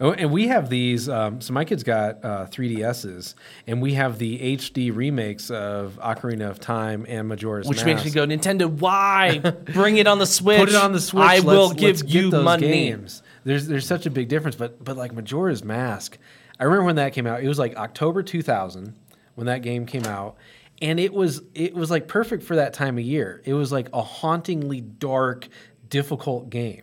Speaker 2: Oh, And we have these. Um, so my kid's got uh, 3DSs, and we have the HD remakes of Ocarina of Time and Majora's
Speaker 1: which
Speaker 2: Mask.
Speaker 1: makes me go, Nintendo, why bring it on the Switch?
Speaker 2: Put it on the Switch.
Speaker 1: I
Speaker 2: Let's-
Speaker 1: will
Speaker 2: let's
Speaker 1: give
Speaker 2: get
Speaker 1: you
Speaker 2: those
Speaker 1: money.
Speaker 2: Games. There's there's such a big difference, but but like Majora's Mask, I remember when that came out. It was like October 2000 when that game came out, and it was it was like perfect for that time of year. It was like a hauntingly dark, difficult game.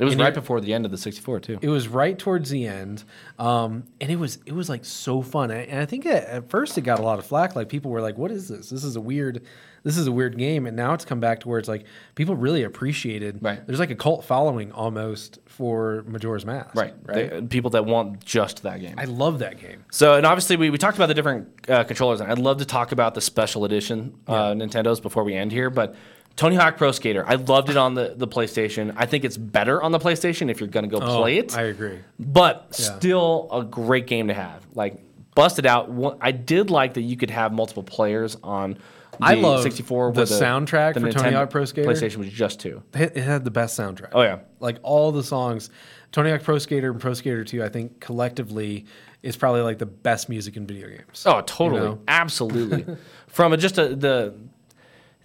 Speaker 1: It was
Speaker 2: And
Speaker 1: right before the end of the 64 too.
Speaker 2: It was right towards the end, um, and it was it was like so fun. And- And I think at, at first it got a lot of flack. Like people were like, "What is this? This is a weird, this is a weird game." And now it's come back to where it's like people really appreciated.
Speaker 1: Right.
Speaker 2: There's like a cult following almost for Majora's Mask.
Speaker 1: right, uh,
Speaker 2: Right.
Speaker 1: The- people that want just that game.
Speaker 2: I love that game.
Speaker 1: So, and obviously, we, we talked about the different uh, controllers, and I'd love to talk about the special edition uh, Nintendos before we end here. But Tony Hawk Pro Skater, I loved it on the, the PlayStation. I think it's better on the PlayStation if you're going to go play it,
Speaker 2: Oh, I agree.
Speaker 1: but still a great game to have. Like, bust it out. One- I did like that you could have multiple players on the
Speaker 2: I love
Speaker 1: 64
Speaker 2: the
Speaker 1: with
Speaker 2: soundtrack for Tony
Speaker 1: Nintendo-
Speaker 2: Hawk Pro Skater.
Speaker 1: PlayStation was just two.
Speaker 2: It it had the best soundtrack.
Speaker 1: Oh, yeah.
Speaker 2: like all the songs. Tony Hawk Pro Skater and Pro Skater Two, I think collectively is probably like the best music in video games.
Speaker 1: Oh, totally,
Speaker 2: know?
Speaker 1: absolutely. From a, just a, the,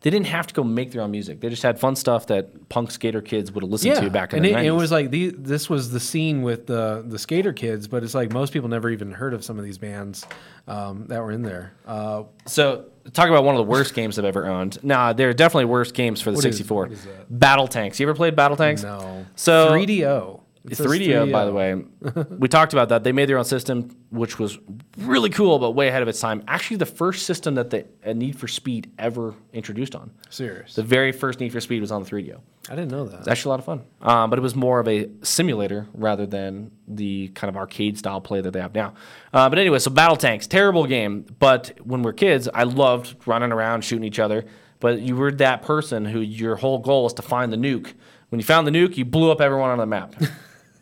Speaker 1: they didn't have to go make their own music. They just had fun stuff that punk skater kids would have listened to back in
Speaker 2: and
Speaker 1: the
Speaker 2: it,
Speaker 1: 90s.
Speaker 2: it was like the, this was the scene with the the skater kids, but it's like most people never even heard of some of these bands um, that were in there. Uh,
Speaker 1: so talk about one of the worst games I've ever owned. Nah, there are definitely worse games for the
Speaker 2: is-
Speaker 1: 64.
Speaker 2: what is that?
Speaker 1: Battle Tanks. You ever played Battle Tanks?
Speaker 2: no,
Speaker 1: So
Speaker 2: 3DO, It says
Speaker 1: 3DO, by the way,
Speaker 2: uh.
Speaker 1: we talked about that. They made their own system, which was really cool, but way ahead of its time. Actually, the first system that the a Need for Speed ever introduced on.
Speaker 2: serious.
Speaker 1: The very first Need for Speed was on the 3DO.
Speaker 2: I didn't know
Speaker 1: It's
Speaker 2: that.
Speaker 1: actually a lot of fun. Um, but it was more of a simulator rather than the kind of arcade style play that they have now. Uh, but anyway, so Battle Tanks, terrible game. But when we we're kids, I loved running around shooting each other. But you were that person who your whole goal was to find the nuke. When you found the nuke, you blew up everyone on the map. It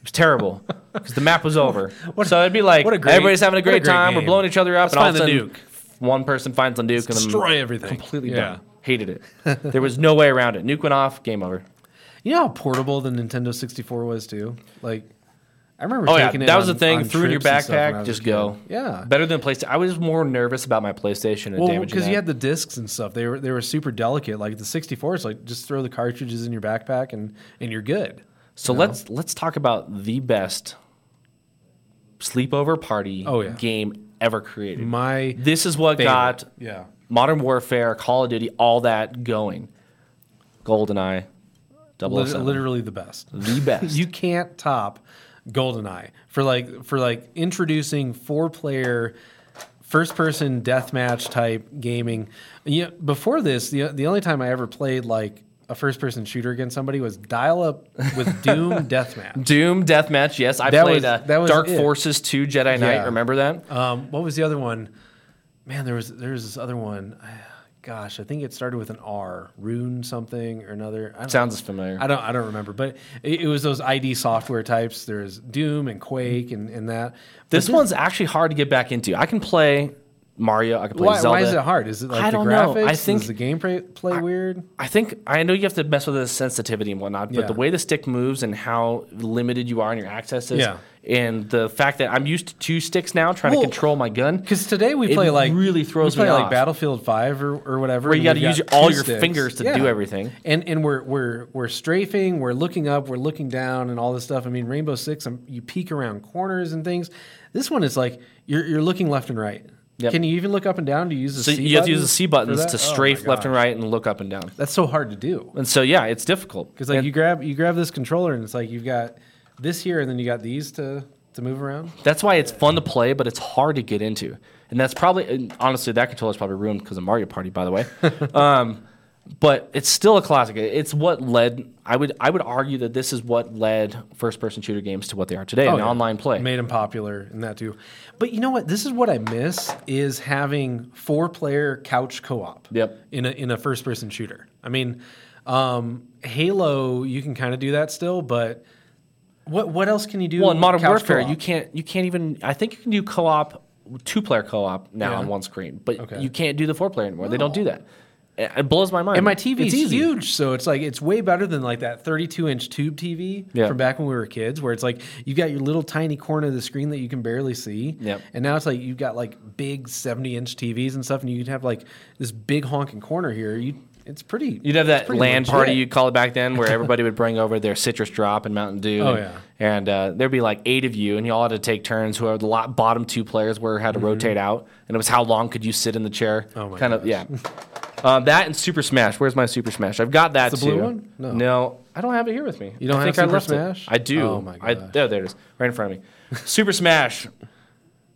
Speaker 1: was terrible because the map was over. so it'd be like
Speaker 2: what a great-
Speaker 1: everybody's having a
Speaker 2: what a
Speaker 1: great,
Speaker 2: great
Speaker 1: time.
Speaker 2: game.
Speaker 1: We're blowing each other up,
Speaker 2: Let's
Speaker 1: and all
Speaker 2: find
Speaker 1: of a
Speaker 2: the
Speaker 1: sudden,
Speaker 2: nuke.
Speaker 1: one person finds the nuke and then
Speaker 2: Destroy everything.
Speaker 1: Completely
Speaker 2: Yeah.
Speaker 1: done. Hated it. There was no way around it. Nuke went off. Game over.
Speaker 2: You know how portable the Nintendo 64 was too. Like, I remember.
Speaker 1: Oh yeah,
Speaker 2: taking it
Speaker 1: that was
Speaker 2: on-
Speaker 1: the thing.
Speaker 2: on
Speaker 1: Threw it in your
Speaker 2: trips and stuff when I
Speaker 1: backpack,
Speaker 2: was
Speaker 1: just
Speaker 2: a kid.
Speaker 1: go.
Speaker 2: Yeah.
Speaker 1: better than PlayStation. I was more nervous about my PlayStation and
Speaker 2: Well,
Speaker 1: damaging
Speaker 2: because you
Speaker 1: that.
Speaker 2: had the discs and stuff. They were they were super delicate. Like the 64 is like just throw the cartridges in your backpack and and you're good.
Speaker 1: So let's let's talk about the best sleepover party
Speaker 2: Oh, yeah.
Speaker 1: game ever created.
Speaker 2: My
Speaker 1: this is what
Speaker 2: favorite.
Speaker 1: got
Speaker 2: yeah.
Speaker 1: Modern Warfare, Call of Duty, all that going. GoldenEye, Double oh
Speaker 2: Lit- literally the best.
Speaker 1: the best.
Speaker 2: You can't top GoldenEye for like for like introducing four player first person deathmatch type gaming. You know, before this, the the only time I ever played like a first person shooter against somebody was dial up with Doom deathmatch.
Speaker 1: Doom Deathmatch. Yes, I
Speaker 2: That
Speaker 1: played
Speaker 2: was-
Speaker 1: uh,
Speaker 2: that was
Speaker 1: Dark
Speaker 2: it.
Speaker 1: Forces 2 Jedi Knight.
Speaker 2: Yeah.
Speaker 1: Remember that?
Speaker 2: Um, what was the other one? Man, there was there was this other one. Gosh, I think it started with an R, Rune something or another. I don't
Speaker 1: Sounds familiar.
Speaker 2: I don't I don't remember, but it, it was those ID software types. There's Doom and Quake and, and that.
Speaker 1: this one's actually hard to get back into. I can play Mario. I can play
Speaker 2: Why,
Speaker 1: Zelda.
Speaker 2: why is it hard? Is it like
Speaker 1: I
Speaker 2: the
Speaker 1: don't know.
Speaker 2: graphics?
Speaker 1: I think-
Speaker 2: is the gameplay play weird?
Speaker 1: I think I know you have to mess with the sensitivity and whatnot, but
Speaker 2: Yeah.
Speaker 1: the way the stick moves and how limited you are in your access is,
Speaker 2: Yeah.
Speaker 1: and the fact that I'm used to two sticks now trying
Speaker 2: Well,
Speaker 1: to control my gun,
Speaker 2: Because today we
Speaker 1: It
Speaker 2: play like
Speaker 1: really throws
Speaker 2: we play
Speaker 1: me
Speaker 2: like
Speaker 1: off.
Speaker 2: Battlefield Five or, or whatever. Where
Speaker 1: you gotta use all your fingers to do everything.
Speaker 2: And and we're we're we're strafing, we're looking up, we're looking down, and all this stuff. I mean, Rainbow Six, um, you peek around corners and things. This one is like you're you're looking left and right.
Speaker 1: Yep.
Speaker 2: Can you even look up and down? Do you use the
Speaker 1: so
Speaker 2: C
Speaker 1: you have to use the
Speaker 2: buttons
Speaker 1: C
Speaker 2: for
Speaker 1: buttons
Speaker 2: that?
Speaker 1: to
Speaker 2: Oh my
Speaker 1: strafe left
Speaker 2: gosh.
Speaker 1: and right and look up and down.
Speaker 2: That's so hard to do.
Speaker 1: And so yeah, it's difficult.
Speaker 2: Because like
Speaker 1: And
Speaker 2: you grab you grab this controller and it's like you've got this here and then you got these to to move around.
Speaker 1: that's why it's fun to play, but it's hard to get into. And that's probably and honestly that controller's probably ruined because of Mario Party, by the way. um, but it's still a classic. It's what led I would I would argue that this is what led first person shooter games to what they are today, an
Speaker 2: Oh, yeah.
Speaker 1: online play.
Speaker 2: Made them popular and that too. But you know what? This is what I miss is having four player couch co op.
Speaker 1: Yep.
Speaker 2: In a in a first person shooter. I mean, um, Halo you can kind of do that still, but what what else can you do?
Speaker 1: Well, in Modern
Speaker 2: couch
Speaker 1: Warfare,
Speaker 2: co-op?
Speaker 1: you can't you can't even. I think you can do co-op, two-player co-op now
Speaker 2: Yeah.
Speaker 1: on one screen, but
Speaker 2: Okay.
Speaker 1: you can't do the four-player anymore. They don't do that. It it blows my mind.
Speaker 2: And my
Speaker 1: It's
Speaker 2: TV is
Speaker 1: easy.
Speaker 2: huge, so it's like it's way better than like that 32 inch tube TV
Speaker 1: Yeah.
Speaker 2: from back when we were kids, where it's like you got your little tiny corner of the screen that you can barely see.
Speaker 1: Yep.
Speaker 2: And now it's like you've got like big 70 inch TVs and stuff, and you can have like this big honking corner here. You, it's pretty.
Speaker 1: You'd have
Speaker 2: it's
Speaker 1: that
Speaker 2: pretty
Speaker 1: land
Speaker 2: legit.
Speaker 1: party you call it back then, where everybody would bring over their citrus drop and Mountain Dew.
Speaker 2: Oh,
Speaker 1: and,
Speaker 2: yeah.
Speaker 1: And uh, there'd be like eight of you, and you all had to take turns. Whoever the lot, bottom two players were had to rotate out, and it was how long could you sit in the chair?
Speaker 2: Mm-hmm. Oh, my
Speaker 1: Kind of yeah. Um, that and Super Smash. Where's my Super Smash? I've got that
Speaker 2: Is the blue
Speaker 1: too.
Speaker 2: one? No.
Speaker 1: I don't have it here with me.
Speaker 2: You don't
Speaker 1: I
Speaker 2: have
Speaker 1: think I
Speaker 2: Super
Speaker 1: left it.
Speaker 2: Smash?
Speaker 1: I do.
Speaker 2: Oh, my
Speaker 1: I,
Speaker 2: gosh.
Speaker 1: there, there it is, right in front of me. Super Smash,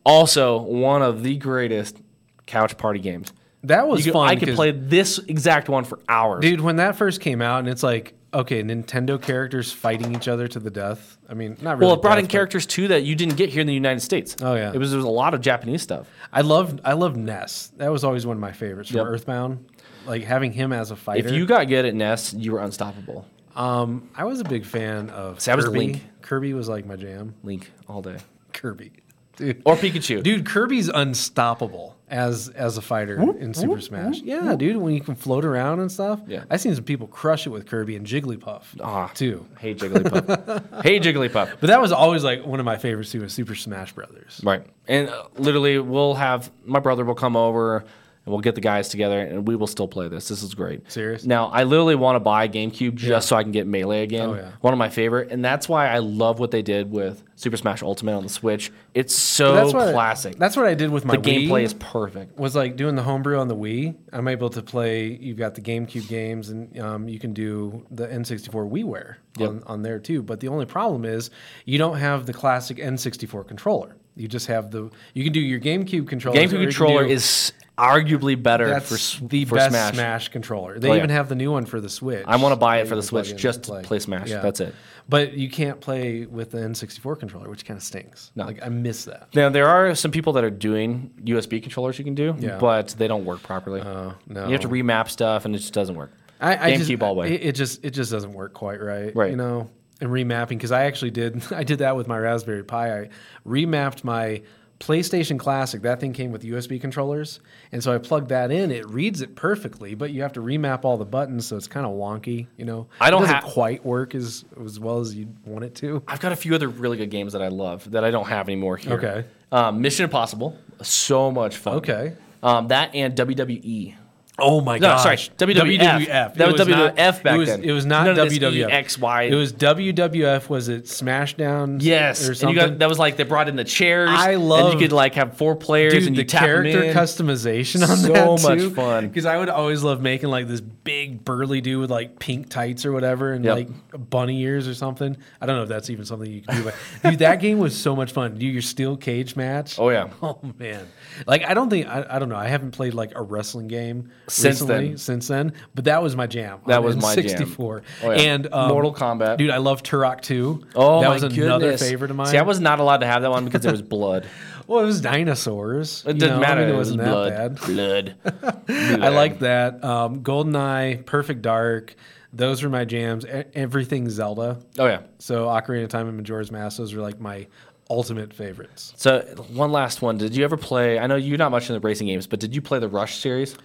Speaker 1: also one of the greatest couch party games.
Speaker 2: That was
Speaker 1: You could-
Speaker 2: fun.
Speaker 1: I could
Speaker 2: 'cause-
Speaker 1: play this exact one for hours.
Speaker 2: Dude, when that first came out, and it's like, okay, Nintendo characters fighting each other to the death. I mean, not really.
Speaker 1: Well, it brought in
Speaker 2: death, but-
Speaker 1: characters too that you didn't get here in the United States.
Speaker 2: Oh, yeah.
Speaker 1: it was there was a lot of Japanese stuff.
Speaker 2: I loved I loved Ness. That was always one of my favorites from
Speaker 1: Yep.
Speaker 2: Earthbound. Like having him as a fighter.
Speaker 1: If you got good at Ness, you were unstoppable.
Speaker 2: Um, I was a big fan of
Speaker 1: See, I was
Speaker 2: Kirby.
Speaker 1: Link.
Speaker 2: Kirby was like my jam.
Speaker 1: Link all day,
Speaker 2: Kirby, dude.
Speaker 1: or Pikachu.
Speaker 2: Dude, Kirby's unstoppable as as a fighter in Super Smash. yeah, dude, when you can float around and stuff.
Speaker 1: Yeah.
Speaker 2: I've seen some people crush it with Kirby and Jigglypuff
Speaker 1: Ah.
Speaker 2: too.
Speaker 1: Hey Jigglypuff. hey Jigglypuff.
Speaker 2: But that was always like one of my favorites too was Super Smash Brothers.
Speaker 1: Right, and uh, literally, we'll have my brother will come over. And we'll get the guys together, and we will still play this. This is great.
Speaker 2: Serious?
Speaker 1: Now, I literally want to buy GameCube just so I can get Melee again.
Speaker 2: Oh, yeah.
Speaker 1: One of my favorite, and that's why I love what they did with Super Smash Ultimate on the Switch. It's so
Speaker 2: That's what
Speaker 1: classic.
Speaker 2: that's what I did with my
Speaker 1: the gameplay
Speaker 2: Wii.
Speaker 1: is perfect.
Speaker 2: was like doing the homebrew on the Wii. I'm able to play. You've got the GameCube games, and um, you can do the N64 WiiWare on, on there too. But the only problem is you don't have the classic N64 controller. You just have the. You can do your GameCube controller.
Speaker 1: GameCube controller is arguably better
Speaker 2: that's
Speaker 1: for s-
Speaker 2: the
Speaker 1: for
Speaker 2: best
Speaker 1: Smash.
Speaker 2: Smash. controller. They
Speaker 1: Oh, yeah.
Speaker 2: even have the new one for the Switch.
Speaker 1: I want to buy it for
Speaker 2: You
Speaker 1: the
Speaker 2: can plug in
Speaker 1: Switch
Speaker 2: and
Speaker 1: just to play Smash.
Speaker 2: Yeah.
Speaker 1: That's it.
Speaker 2: But you can't play with the N64 controller, which kind of stinks.
Speaker 1: No.
Speaker 2: Like I miss that.
Speaker 1: Now there are some people that are doing USB controllers you can do,
Speaker 2: Yeah.
Speaker 1: but they don't work properly.
Speaker 2: Oh no.
Speaker 1: You have to remap stuff, and it just doesn't work.
Speaker 2: I, I just,
Speaker 1: GameCube all the way.
Speaker 2: It, it just it just doesn't work quite right,
Speaker 1: Right.
Speaker 2: You know, and remapping because I actually did I did that with my Raspberry Pi. I remapped my PlayStation Classic. That thing came with USB controllers, and so I plugged that in. It reads it perfectly, but you have to remap all the buttons, so it's kind of wonky. You know,
Speaker 1: I don't
Speaker 2: it doesn't
Speaker 1: ha-
Speaker 2: quite work as as well as you want it to.
Speaker 1: I've got a few other really good games that I love that I don't have anymore here.
Speaker 2: Okay.
Speaker 1: Um, Mission Impossible, so much fun.
Speaker 2: Okay.
Speaker 1: Um, that and WWE.
Speaker 2: Oh my
Speaker 1: No,
Speaker 2: gosh.
Speaker 1: sorry, WWF. That
Speaker 2: It
Speaker 1: was WWF back
Speaker 2: it was,
Speaker 1: then.
Speaker 2: It was not
Speaker 1: None of this E
Speaker 2: WWF.
Speaker 1: EXY.
Speaker 2: It was WWF. Was it Smashdown?
Speaker 1: Yes,
Speaker 2: Or
Speaker 1: and you
Speaker 2: something?
Speaker 1: got that was like they brought in the chairs.
Speaker 2: I
Speaker 1: And
Speaker 2: love-
Speaker 1: you could like have four players
Speaker 2: Dude,
Speaker 1: and you
Speaker 2: the
Speaker 1: tap 'em
Speaker 2: character
Speaker 1: in.
Speaker 2: customization on
Speaker 1: So
Speaker 2: that
Speaker 1: much
Speaker 2: too,
Speaker 1: fun.
Speaker 2: Because I would always love making like this big burly dude with like pink tights or whatever, and
Speaker 1: Yep.
Speaker 2: like bunny ears or something. I don't know if that's even something you can do, but dude, that game was so much fun. Do your steel cage match?
Speaker 1: Oh, yeah.
Speaker 2: Oh man. Like I don't think I, I don't know. I haven't played like a wrestling game
Speaker 1: Since
Speaker 2: recently,
Speaker 1: then.
Speaker 2: Since then, but that was my jam.
Speaker 1: That
Speaker 2: on
Speaker 1: was my jam.
Speaker 2: N64.
Speaker 1: Oh, yeah.
Speaker 2: And um,
Speaker 1: Mortal Kombat.
Speaker 2: Dude, I love Turok 2.
Speaker 1: Oh
Speaker 2: that
Speaker 1: my
Speaker 2: was another
Speaker 1: goodness.
Speaker 2: favorite of mine.
Speaker 1: See, I was not allowed to have that one because there was blood.
Speaker 2: well, it was dinosaurs.
Speaker 1: It didn't matter.
Speaker 2: it
Speaker 1: it
Speaker 2: wasn't
Speaker 1: was
Speaker 2: that
Speaker 1: blood.
Speaker 2: bad.
Speaker 1: Blood.
Speaker 2: I like that. Um, GoldenEye, Perfect Dark, those were my jams. E- everything Zelda.
Speaker 1: Oh yeah.
Speaker 2: So Ocarina of Time and Majora's Mask, those were like my ultimate favorites.
Speaker 1: So one last one. Did you ever play? I know you're not much into racing games, but did you play the Rush series?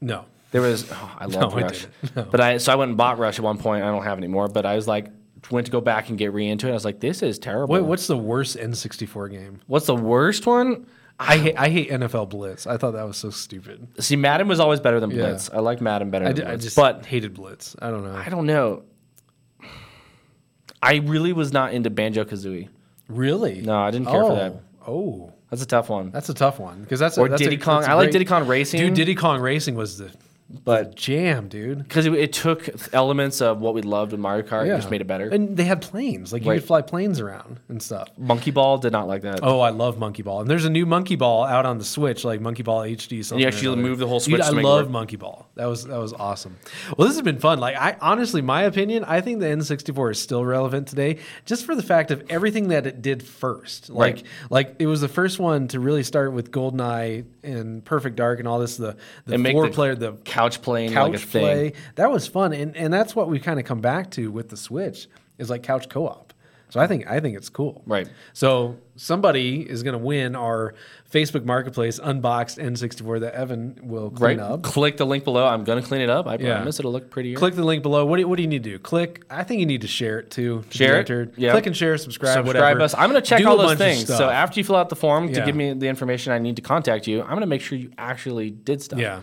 Speaker 2: No.
Speaker 1: There was. Oh, I love
Speaker 2: I
Speaker 1: Rush.
Speaker 2: didn't. No.
Speaker 1: But I so I went and bought Rush at one point. I don't have it anymore. But I was like, went to go back and get re into it. I was like, this is terrible.
Speaker 2: Wait, what's the worst N64 game?
Speaker 1: What's the worst one?
Speaker 2: I hate, I hate NFL Blitz. I thought that was so stupid.
Speaker 1: See, Madden was always better than Blitz. I like Madden better
Speaker 2: I,
Speaker 1: than
Speaker 2: d- I
Speaker 1: Blitz.
Speaker 2: just
Speaker 1: but
Speaker 2: hated Blitz. I don't know.
Speaker 1: I don't know. I really was not into Banjo Kazooie.
Speaker 2: really?
Speaker 1: No, I didn't care for
Speaker 2: Oh.
Speaker 1: that.
Speaker 2: Oh,
Speaker 1: That's a tough one.
Speaker 2: that's a tough one because that's
Speaker 1: Or
Speaker 2: a, that's a-
Speaker 1: Diddy Kong.
Speaker 2: that's a
Speaker 1: I like
Speaker 2: great-
Speaker 1: Diddy Kong Racing.
Speaker 2: Dude, Diddy Kong Racing was the
Speaker 1: but
Speaker 2: jam, dude.
Speaker 1: because it, it took elements of what we loved in Mario Kart and just made it better.
Speaker 2: And they had planes, like you
Speaker 1: Right.
Speaker 2: could fly planes around and stuff.
Speaker 1: Monkey Ball did not like that.
Speaker 2: Oh, I love Monkey Ball. And there's a new Monkey Ball out on the Switch, like Monkey Ball HD. Something or
Speaker 1: actually
Speaker 2: another.
Speaker 1: move the whole
Speaker 2: Dude,
Speaker 1: Switch
Speaker 2: I
Speaker 1: to make it
Speaker 2: love
Speaker 1: work.
Speaker 2: Monkey Ball. That was that was awesome. Well, this has been fun. Like I honestly, my opinion, I think the N64 is still relevant today, just for the fact of everything that it did first. Like
Speaker 1: Right.
Speaker 2: like it was the first one to really start with GoldenEye and Perfect Dark and all this the the
Speaker 1: And make the
Speaker 2: four player the
Speaker 1: Couch playing
Speaker 2: couch
Speaker 1: like a thing.
Speaker 2: play. That was fun, and and that's what we kind of come back to with the Switch is like couch co-op. So I think I think it's cool.
Speaker 1: Right.
Speaker 2: So somebody is going to win our Facebook Marketplace unboxed N64 that Evan will clean
Speaker 1: Right.
Speaker 2: up.
Speaker 1: Click the link below. I'm gonna clean it up. I
Speaker 2: Yeah.
Speaker 1: promise it'll look prettier.
Speaker 2: Click the link below. What do, you, what do you need to do? Click. I think you need to share it too. to be
Speaker 1: Share it?
Speaker 2: entered.
Speaker 1: Yeah.
Speaker 2: Click and share. Subscribe.
Speaker 1: Subscribe
Speaker 2: whatever.
Speaker 1: us. I'm gonna check
Speaker 2: Do
Speaker 1: all
Speaker 2: a
Speaker 1: those
Speaker 2: bunch of
Speaker 1: things. So
Speaker 2: stuff.
Speaker 1: after you fill out the form
Speaker 2: Yeah.
Speaker 1: to give me the information I need to contact you, I'm gonna make sure you actually did stuff.
Speaker 2: yeah,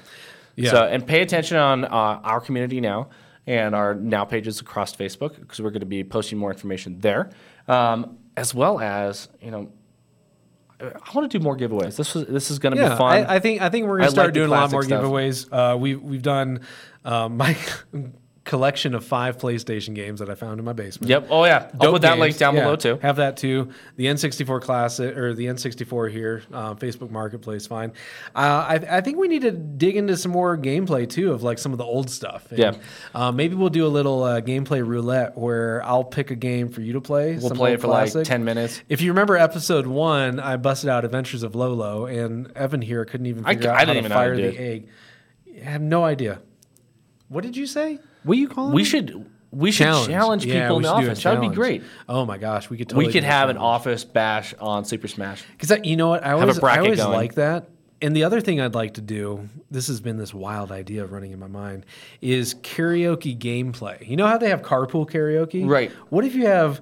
Speaker 2: yeah.
Speaker 1: So and pay attention on uh, our community now and our now pages across Facebook because we're going to be posting more information there, um, as well as you know. I- I want to do more giveaways. This was this is going to
Speaker 2: Yeah,
Speaker 1: be fun.
Speaker 2: I, I think I think we're
Speaker 1: I
Speaker 2: gonna
Speaker 1: like
Speaker 2: start
Speaker 1: the
Speaker 2: doing a lot
Speaker 1: classic
Speaker 2: more
Speaker 1: stuff.
Speaker 2: giveaways. Uh, we we've done um, my collection of five PlayStation games that I found in my basement.
Speaker 1: yep. Oh yeah. I'll
Speaker 2: Dope
Speaker 1: put that link
Speaker 2: games.
Speaker 1: down
Speaker 2: Yeah,
Speaker 1: below too.
Speaker 2: Have that too. The N64 classic or the N64 here, uh, Facebook Marketplace. Fine. Uh, I, I think we need to dig into some more gameplay too of like some of the old stuff. And,
Speaker 1: Yeah.
Speaker 2: uh, maybe we'll do a little uh, gameplay roulette where I'll pick a game for you to play.
Speaker 1: We'll play it for like ten minutes.
Speaker 2: If you remember episode one, I busted out Adventures of Lolo, and Evan here couldn't even
Speaker 1: I
Speaker 2: figure
Speaker 1: c-
Speaker 2: out
Speaker 1: I
Speaker 2: how
Speaker 1: didn't
Speaker 2: to
Speaker 1: even know how to
Speaker 2: fire
Speaker 1: do
Speaker 2: the egg. I have no idea. What did you say? What you calling?
Speaker 1: We
Speaker 2: it?
Speaker 1: should we should challenge, people
Speaker 2: Yeah, we
Speaker 1: in the
Speaker 2: should do a
Speaker 1: office. That would be
Speaker 2: challenge.
Speaker 1: great.
Speaker 2: Oh my gosh, we could totally
Speaker 1: We could have an office bash on Super Smash.
Speaker 2: because you know what I always I
Speaker 1: bracket
Speaker 2: always
Speaker 1: going.
Speaker 2: like that. And the other thing I'd like to do, this has been this wild idea running in my mind, is karaoke gameplay. You know how they have carpool karaoke?
Speaker 1: Right.
Speaker 2: What if you have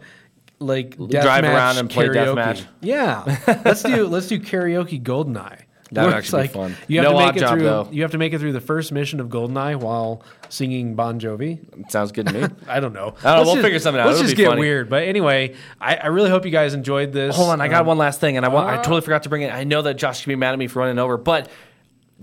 Speaker 2: like
Speaker 1: Drive
Speaker 2: deathmatch
Speaker 1: around and play
Speaker 2: karaoke?
Speaker 1: deathmatch.
Speaker 2: Yeah, let's do let's do karaoke Goldeneye.
Speaker 1: That would
Speaker 2: Where it's
Speaker 1: actually be fun.
Speaker 2: You have
Speaker 1: No
Speaker 2: to
Speaker 1: odd
Speaker 2: make it
Speaker 1: job,
Speaker 2: through.
Speaker 1: though.
Speaker 2: You have to make it through the first mission of Goldeneye while singing Bon Jovi.
Speaker 1: Sounds good to me.
Speaker 2: I don't know.
Speaker 1: I don't know.
Speaker 2: Let's
Speaker 1: We'll figure something out.
Speaker 2: Let's
Speaker 1: It'll
Speaker 2: just
Speaker 1: be
Speaker 2: get
Speaker 1: funny.
Speaker 2: weird. But anyway, I, I really hope you guys enjoyed this.
Speaker 1: Hold on, I got
Speaker 2: Um,
Speaker 1: one last thing, and I want, I totally forgot to bring it. I know that Josh can be mad at me for running over, but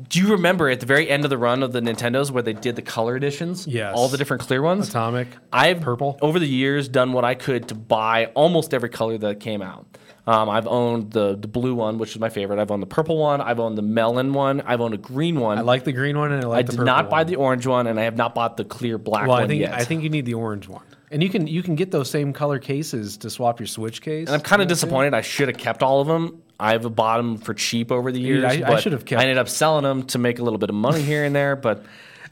Speaker 1: do you remember at the very end of the run of the Nintendos where they did the color editions?
Speaker 2: Yes.
Speaker 1: all the different clear ones.
Speaker 2: Atomic.
Speaker 1: I've
Speaker 2: Purple.
Speaker 1: over the years done what I could to buy almost every color that came out. Um, I've owned the the blue one, which is my favorite. I've owned the purple one. I've owned the melon one. I've owned a green one.
Speaker 2: I like the green one and I like
Speaker 1: I
Speaker 2: the
Speaker 1: did
Speaker 2: purple
Speaker 1: not buy
Speaker 2: one.
Speaker 1: the orange one, and I have not bought the clear black
Speaker 2: Well,
Speaker 1: one
Speaker 2: I think
Speaker 1: yet.
Speaker 2: I think you need the orange one, and you can you can get those same color cases to swap your Switch case.
Speaker 1: I'm kind of disappointed. I should have kept all of them. I've bought them for cheap over the years.
Speaker 2: I- I
Speaker 1: but
Speaker 2: should have kept-
Speaker 1: I ended up selling them to make a little bit of money here and there, but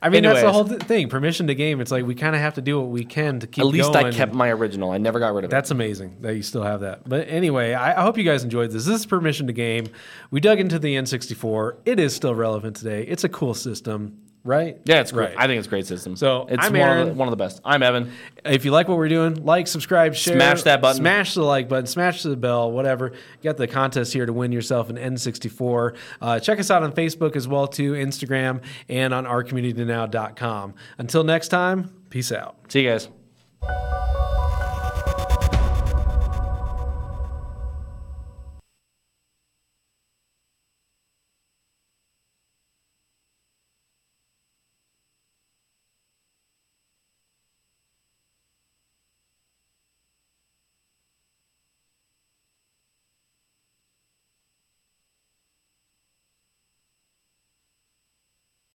Speaker 2: I mean, that's the
Speaker 1: anyways,
Speaker 2: whole th- thing. Permission to game. It's like we kind of have to do what we can to keep.
Speaker 1: At least I
Speaker 2: going.
Speaker 1: kept my original. I never got rid of it.
Speaker 2: That's amazing that you still have that. But anyway, I, I hope you guys enjoyed this. This is Permission to Game. We dug into the N64. It is still relevant today. It's a cool system. right?
Speaker 1: Yeah, it's great.
Speaker 2: right.
Speaker 1: I think it's a great system.
Speaker 2: So,
Speaker 1: it's
Speaker 2: I'm
Speaker 1: one, Of the,
Speaker 2: Aaron.
Speaker 1: one of the best. I'm Evan.
Speaker 2: If you like what we're doing, like, subscribe, share,
Speaker 1: Smash that button.
Speaker 2: smash the like button, smash the bell, whatever. Got the contest here to win yourself an N64. Uh, check us out on Facebook as well too, Instagram, and on ourcommunitynow.com. Until next time, peace out.
Speaker 1: See you guys.